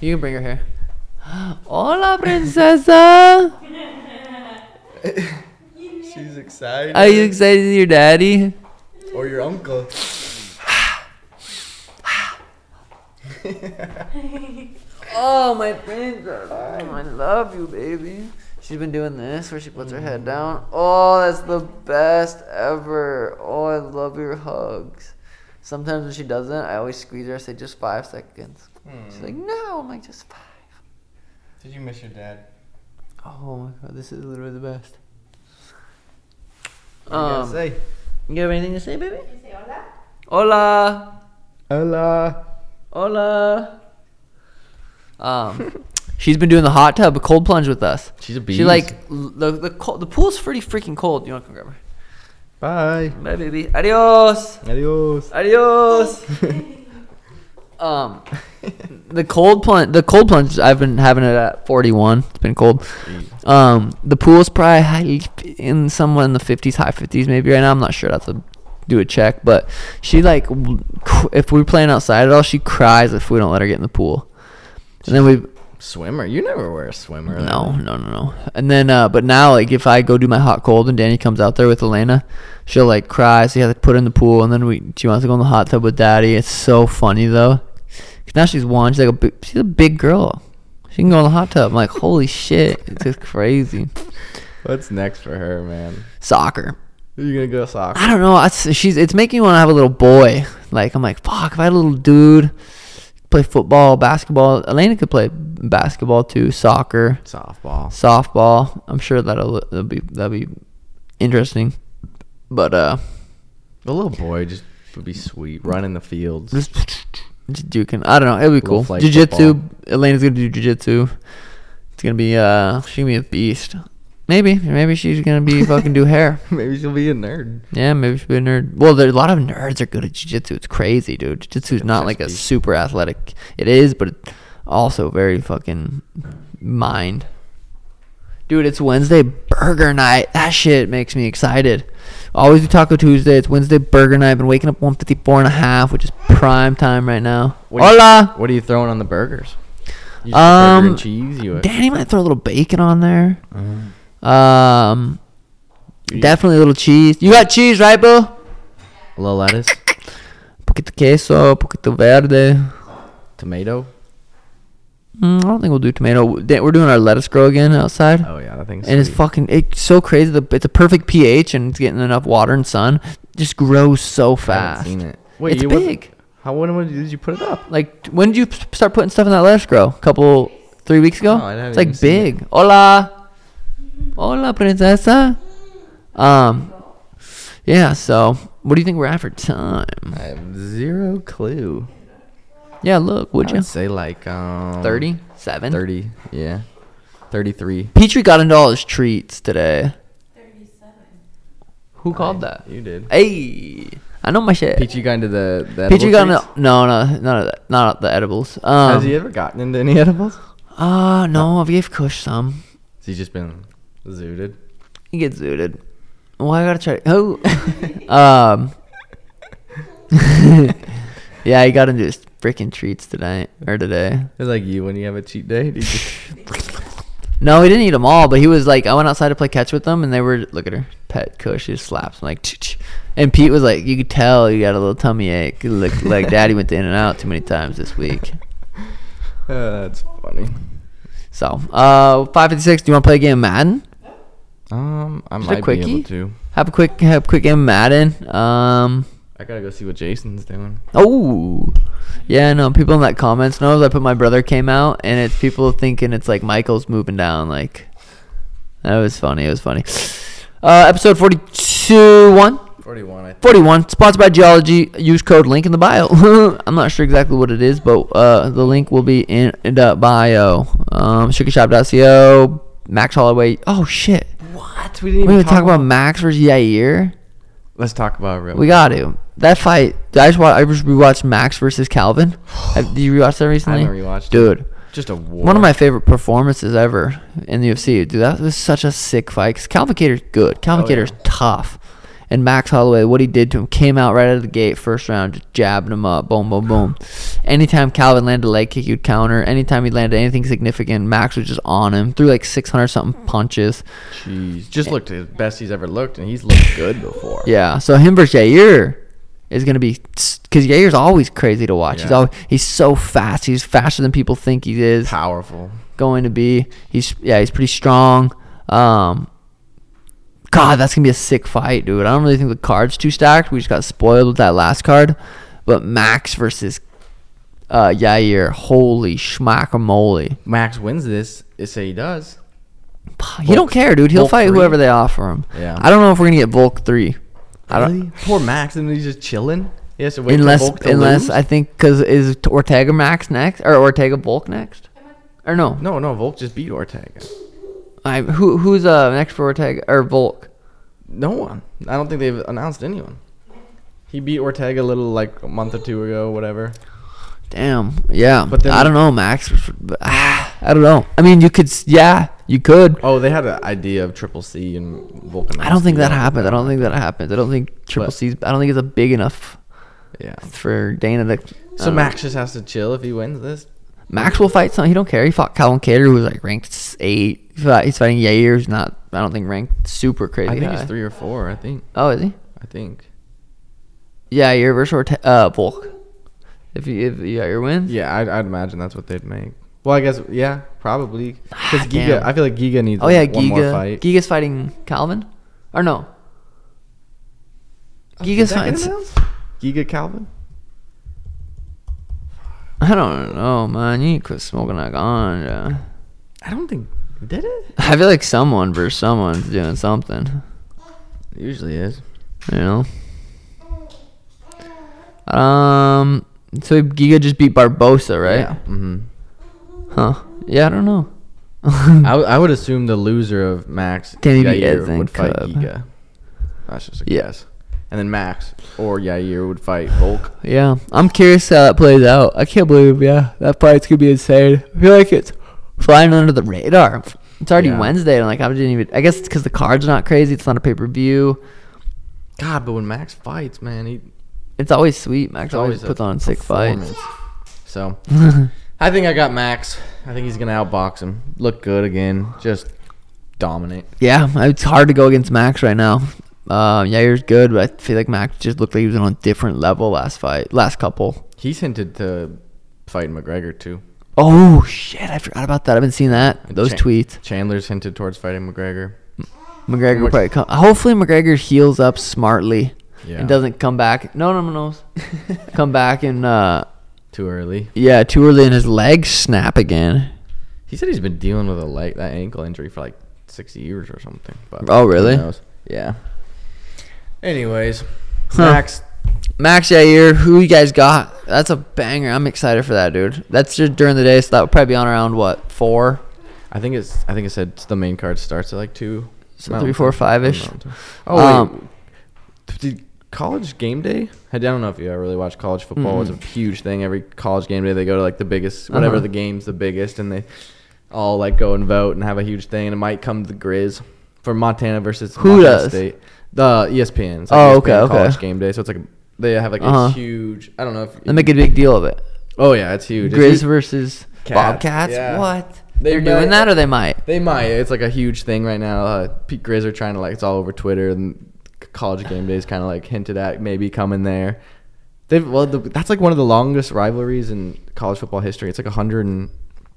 S1: you can bring her here hola princesa
S2: She's excited.
S1: are you excited to see your daddy
S2: or your uncle.
S1: Oh, my finger. Oh, I love you, baby. She's been doing this where she puts her head down. Oh, that's the best ever. Oh, I love your hugs. Sometimes when she doesn't, I always squeeze her. I say, just five seconds.
S2: Mm-hmm.
S1: She's like, no. I'm like, just five.
S2: Hmm. Did you miss your dad?
S1: Oh, my God. This is literally the best.
S2: What do you gotta
S1: Um,
S2: say?
S1: you have anything to say, baby? Hola.
S3: Hola.
S1: Hola. Um, she's been doing the hot tub cold plunge with us.
S3: She's a beast.
S1: She like l- the the cold, the pool's pretty freaking cold. You want to come grab her?
S3: Bye.
S1: Bye, baby. Adios.
S3: Adios.
S1: Adios. um, the cold plunge. The cold plunge. I've been having it at 41. It's been cold. Um, the pool's probably high in somewhere in the 50s, high 50s maybe right now. I'm not sure. I have to do a check. But she like, w- cr- if we're playing outside at all, she cries if we don't let her get in the pool. And then we
S3: Swimmer. You never wear a swimmer.
S1: no, no, no, no. And then, uh, but now, like, if I go do my hot cold and Danny comes out there with Elena, she'll like cry. So you have to put her in the pool, and then we she wants to go in the hot tub with Daddy. It's so funny though. 'Cause now she's one. She's like a big, she's a big girl. She can go in the hot tub. I'm like, holy shit, it's just crazy.
S3: What's next for her, man?
S1: Soccer.
S3: You're gonna go soccer.
S1: I don't know. It's, she's it's making me want to have a little boy. Like I'm like fuck. If I had a little dude, play football, basketball. Elena could play basketball too, soccer
S3: Softball.
S1: softball. I'm sure that'll, that'll be that'll be interesting. But uh,
S3: The little boy just would be sweet. Run in the fields.
S1: just, just duking. I don't know. It'll be
S3: Little
S1: cool.
S3: flag
S1: Jiu jitsu.
S3: football.
S1: Elena's gonna do jiu jitsu. It's gonna be uh, she's gonna be a beast. Maybe maybe she's gonna be fucking do hair.
S3: Maybe she'll be a nerd.
S1: Yeah, maybe she'll be a nerd. Well, there a lot of nerds are good at jiu jitsu. It's crazy, dude. Jiu jitsu's not like a
S3: Chess piece.
S1: super athletic. It is, but it also very fucking mind. Dude, it's Wednesday burger night. That shit makes me excited. Always do Taco Tuesday. It's Wednesday burger night. I've been waking up 154 and a half, which is prime time right now.
S3: What are you-
S1: Hola.
S3: What are you throwing on the burgers? You just
S1: Um,
S3: burger and cheese. You.
S1: Danny might throw a little bacon on there.
S3: Uh-huh.
S1: Um,
S3: You-
S1: definitely a little cheese. You got cheese, right, boo?
S3: A little lettuce,
S1: Poquito queso, poquito verde.
S3: tomato.
S1: Mm, I don't think we'll do tomato. Da- We're doing our lettuce grow again outside,
S3: Oh yeah, that thing's.
S1: and it's
S3: sweet.
S1: fucking it's so crazy. The, it's a perfect pH, and it's getting enough water and sun. Just grows so
S3: I haven't
S1: fast.
S3: Seen it.
S1: it's
S3: you was-
S1: big.
S3: How when was- did you put it up?
S1: Like t- when did you p- start putting stuff in that lettuce grow? A couple, three weeks ago.
S3: No, I haven't
S1: it's
S3: even
S1: like
S3: seen
S1: big. Hola, hola, princesa. Um, yeah. So, what do you think we're at for time?
S3: I have zero clue.
S1: Yeah, look, would
S3: I
S1: you?
S3: would say like um,
S1: Thirty-seven.
S3: 30, yeah, thirty-three.
S1: Petrie got into all his treats today. Who called that?
S3: You did.
S1: Hey, I know my shit. Peachy,
S3: Peachy got into the. the
S1: got
S3: edible treats?
S1: no, no, no, not not the edibles.
S3: Has he
S1: Um,
S3: ever gotten into any edibles?
S1: ah, no, I gave Kush some.
S3: Has he just been zooted?
S1: He gets zooted. Well, I gotta try. Oh, um, yeah, he got into his freaking treats tonight or today.
S3: It's like you when you have a cheat day. Do you just-
S1: No, he didn't eat them all, but he was like, I went outside to play catch with them, and they were look at her pet Kush. She just slaps him like, "Tch, tch." and Pete was like, you could tell you got a little tummy ache. It looked like Daddy went to In and Out too many times this week.
S3: Uh, that's funny.
S1: So, uh, five fifty six. Do you want to play a game of Madden?
S3: Um, I
S1: Just a
S3: might be
S1: quickie?
S3: able to.
S1: Have a quick, have a quick game of Madden. Um,
S3: I gotta go see what Jason's doing.
S1: oh, yeah, no. People in that comments knows I put my brother came out, and it's people thinking it's like Michael's moving down. Like, that was funny. It was funny. Uh, episode forty two one.
S3: Forty-one. I
S1: 41 sponsored by geology use code link in the bio i'm not sure exactly what it is but uh, the link will be in the bio um, sugarshop.co max holloway oh shit
S3: What? We didn't
S1: we gonna
S3: even
S1: talk about max versus yair
S3: Let's talk about it real.
S1: we got to that fight i just, wa- I just rewatched max versus calvin Have, did you rewatch that recently
S3: rewatched it.
S1: dude
S3: just a war.
S1: one of my favorite performances ever in the UFC. Dude, that was such a sick fight. 'Cause Calvin Cater's good. Calvin
S3: Oh,
S1: Cater's
S3: yeah.
S1: tough. And Max Holloway, what he did to him, came out right out of the gate, first round, just jabbing him up, boom, boom, boom. Anytime Calvin landed a leg kick, he would counter. Anytime he landed anything significant, Max was just on him. Threw like 600 something punches.
S3: Jeez, just looked his best he's ever looked, and he's looked good before.
S1: Yeah, so him versus Yair is gonna be because Yair's always crazy to watch. He's
S3: Yeah.
S1: always, he's so fast. He's faster than people think he is.
S3: powerful.
S1: going to be. He's yeah, he's pretty strong. Um, God, that's gonna be a sick fight, dude. I don't really think the card's too stacked. We just got spoiled with that last card, but Max versus uh, Yair, holy schmackamole!
S3: Max wins this. It say he does.
S1: He don't care, dude. He'll
S3: Volk
S1: fight
S3: three.
S1: whoever they offer him.
S3: Yeah.
S1: I don't know if we're gonna get Volk three. I don't.
S3: Really? Poor Max, and he's just chilling. He has to wait
S1: Unless,
S3: for Volk to
S1: unless
S3: lose?
S1: I think, cause is Ortega Max next or Ortega Volk next, or no?
S3: no, no, Volk just beat Ortega.
S1: I who who's uh next for Ortega or Volk?
S3: No one. I don't think they've announced anyone. He beat Ortega a little like a month or two ago, whatever.
S1: Damn. Yeah.
S3: But
S1: But
S3: then-
S1: I don't know, Max. Ah, I don't know. I mean, you could. s- Yeah, you could.
S3: Oh, they had an idea of Triple C and Volkanovski.
S1: I don't think that happened. I don't think that happened. I don't think Triple
S3: But-
S1: C's. I don't think it's a big enough
S3: Yeah. Uh,
S1: for Dana to. I don't
S3: So
S1: know.
S3: Max just has to chill if he wins this.
S1: Max will fight something. He don't care. He fought Calvin Cater, who was like ranked s- eight. He fought- He's fighting Yair, who's not. I don't think ranked super crazy.
S3: I think
S1: high.
S3: it's three or four. I think.
S1: Oh, is he?
S3: I think.
S1: Yeah, Yair versus Orte- uh, Volk. If you if Yair wins,
S3: Yeah, I'd, I'd imagine that's what they'd make. Well, I guess yeah, probably because Giga.
S1: Damn.
S3: I feel like Giga needs.
S1: Oh yeah,
S3: one more
S1: Giga.
S3: fight.
S1: Giga's fighting Calvin, or no?
S3: Uh,
S1: Giga's fighting. s-
S3: Giga Calvin.
S1: I don't know, man. You need to quit smoking that ganja.
S3: I don't think did it.
S1: I feel like someone versus someone's doing something.
S3: it usually is.
S1: You know. Um. So Giga just beat Barbosa, right?
S3: hmm
S1: Huh. Yeah, I don't know.
S3: I, w- I would assume the loser of Max
S1: Danny
S3: Yair
S1: Diaz and
S3: would fight
S1: Cub.
S3: Giga. That's just a
S1: Yeah.
S3: guess. And then Max or Yair would fight Volk.
S1: Yeah, I'm curious how that plays out. I can't believe, yeah, that fight's gonna be insane. I feel like it's flying under the radar. It's already
S3: Yeah.
S1: Wednesday, and like I didn't even. I guess it's because the card's not crazy. It's not a pay per view.
S3: God, but when Max fights, man, he
S1: It's always sweet. Max
S3: it's
S1: always,
S3: a
S1: puts on sick fights.
S3: performance. So I think I got Max. I think he's gonna outbox him. Look good again. Just dominate.
S1: Yeah, it's hard to go against Max right now. Um, Yair's good, but I feel like Max just looked like he was on a different level last fight, last couple.
S3: He's hinted to fight McGregor too.
S1: Oh shit, I forgot about that. I haven't seen that. Those
S3: Chan-
S1: tweets.
S3: Chandler's hinted towards fighting McGregor.
S1: McGregor
S3: Which-
S1: probably come. Hopefully, McGregor heals up smartly
S3: Yeah.
S1: and doesn't come back. No, no, no, no. come back and uh,
S3: Too early.
S1: yeah, too early, and his legs snap again.
S3: He said he's been dealing with a leg that ankle injury for like six years or something. But
S1: Oh, really?
S3: who knows? Yeah. Anyways,
S1: Huh.
S3: Max.
S1: Max Yair, who you guys got? That's a banger. I'm excited for that, dude. That's just during the day, so that would probably be on around what four?
S3: I think it's. I think it said the main card starts at like two.
S1: So three, four, five-ish.
S3: Mountain time. Oh wait.
S1: Um,
S3: Did college game day? I don't know if you ever really watched college football. It's a huge thing. Every college game day, they go to like the biggest,
S1: Mm-hmm.
S3: whatever
S1: Uh-huh.
S3: the game's the biggest, and they all like go and vote and have a huge thing. And it might come to the Grizz for Montana versus
S1: Who
S3: Montana
S1: does?
S3: State. The E ESPN. It's
S1: Oh,
S3: ESPN
S1: okay, okay.
S3: College game day. So it's like a- they have like
S1: Uh-huh.
S3: a huge. I don't know if.
S1: They make a big deal of it.
S3: oh yeah, it's huge. It's
S1: Grizz
S3: huge.
S1: versus
S3: Cats,
S1: Bobcats.
S3: yeah.
S1: What?
S3: They
S1: They are doing
S3: might-
S1: that, or they might.
S3: They might. It's like a huge thing right now. Uh, Pete Grizz are trying to like it's all over Twitter and c- college game days kind of like hinted at maybe coming there. They've well the, that's like one of the longest rivalries in college football history. It's like a hundred and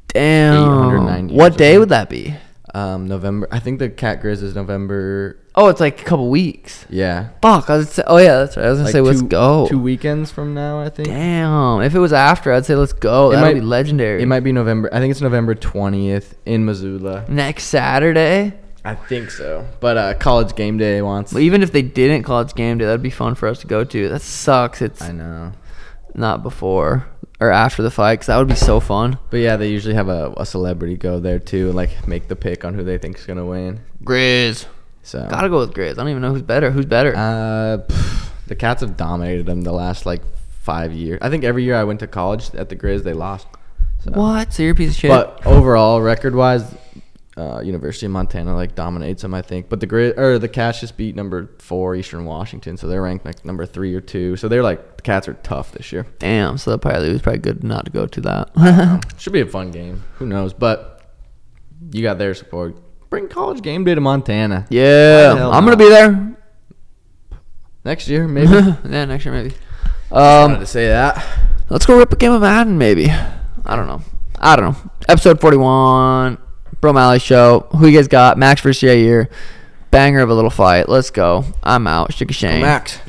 S1: Damn.
S3: 890
S1: What
S3: or
S1: day
S3: something.
S1: would that be?
S3: um, November. I think the Cat Grizz is November.
S1: Oh, it's like a couple weeks.
S3: Yeah.
S1: Fuck. I was say, oh yeah, that's right. I was gonna
S3: Like
S1: say let's
S3: two-
S1: go.
S3: Two weekends from now, I think.
S1: Damn. If it was after, I'd say let's go.
S3: It
S1: That would
S3: might-
S1: be legendary.
S3: It might be November. I think it's November twentieth in Missoula.
S1: Next Saturday?
S3: I think so. But uh, college game day wants.
S1: Well, even if they didn't college game day, that'd be fun for us to go to. That sucks. It's
S3: I know.
S1: not before or after the fight because that would be so fun.
S3: But yeah, they usually have a, a celebrity go there too, and like make the pick on who they think's gonna win.
S1: Grizz.
S3: So
S1: Gotta go with Grizz. I don't even know who's better. Who's better?
S3: Uh, pff, the Cats have dominated them the last like five years. I think every year I went to college at the Grizz, they lost. So.
S1: what? So you're a piece of shit.
S3: But overall, record wise, uh, University of Montana like dominates them, I think. But the Grizz or the Cats just beat number four Eastern Washington, so they're ranked like number three or two. So they're like the Cats are tough this year.
S1: Damn. So that probably was probably good not to go to that.
S3: Should be a fun game. Who knows? But you got their support. Bring college game day to Montana.
S1: yeah.
S3: Why the hell
S1: I'm gonna
S3: not?
S1: be there.
S3: Next year, maybe.
S1: yeah, next year maybe.
S3: wanted
S1: Um,
S3: to say that.
S1: let's go rip a game of Madden maybe. I don't know. I don't know. Episode 41, Bro Malley Show. Who you guys got? Max versus Yair. Banger of a little fight. Let's go. I'm out. Shake a shame.
S3: Max.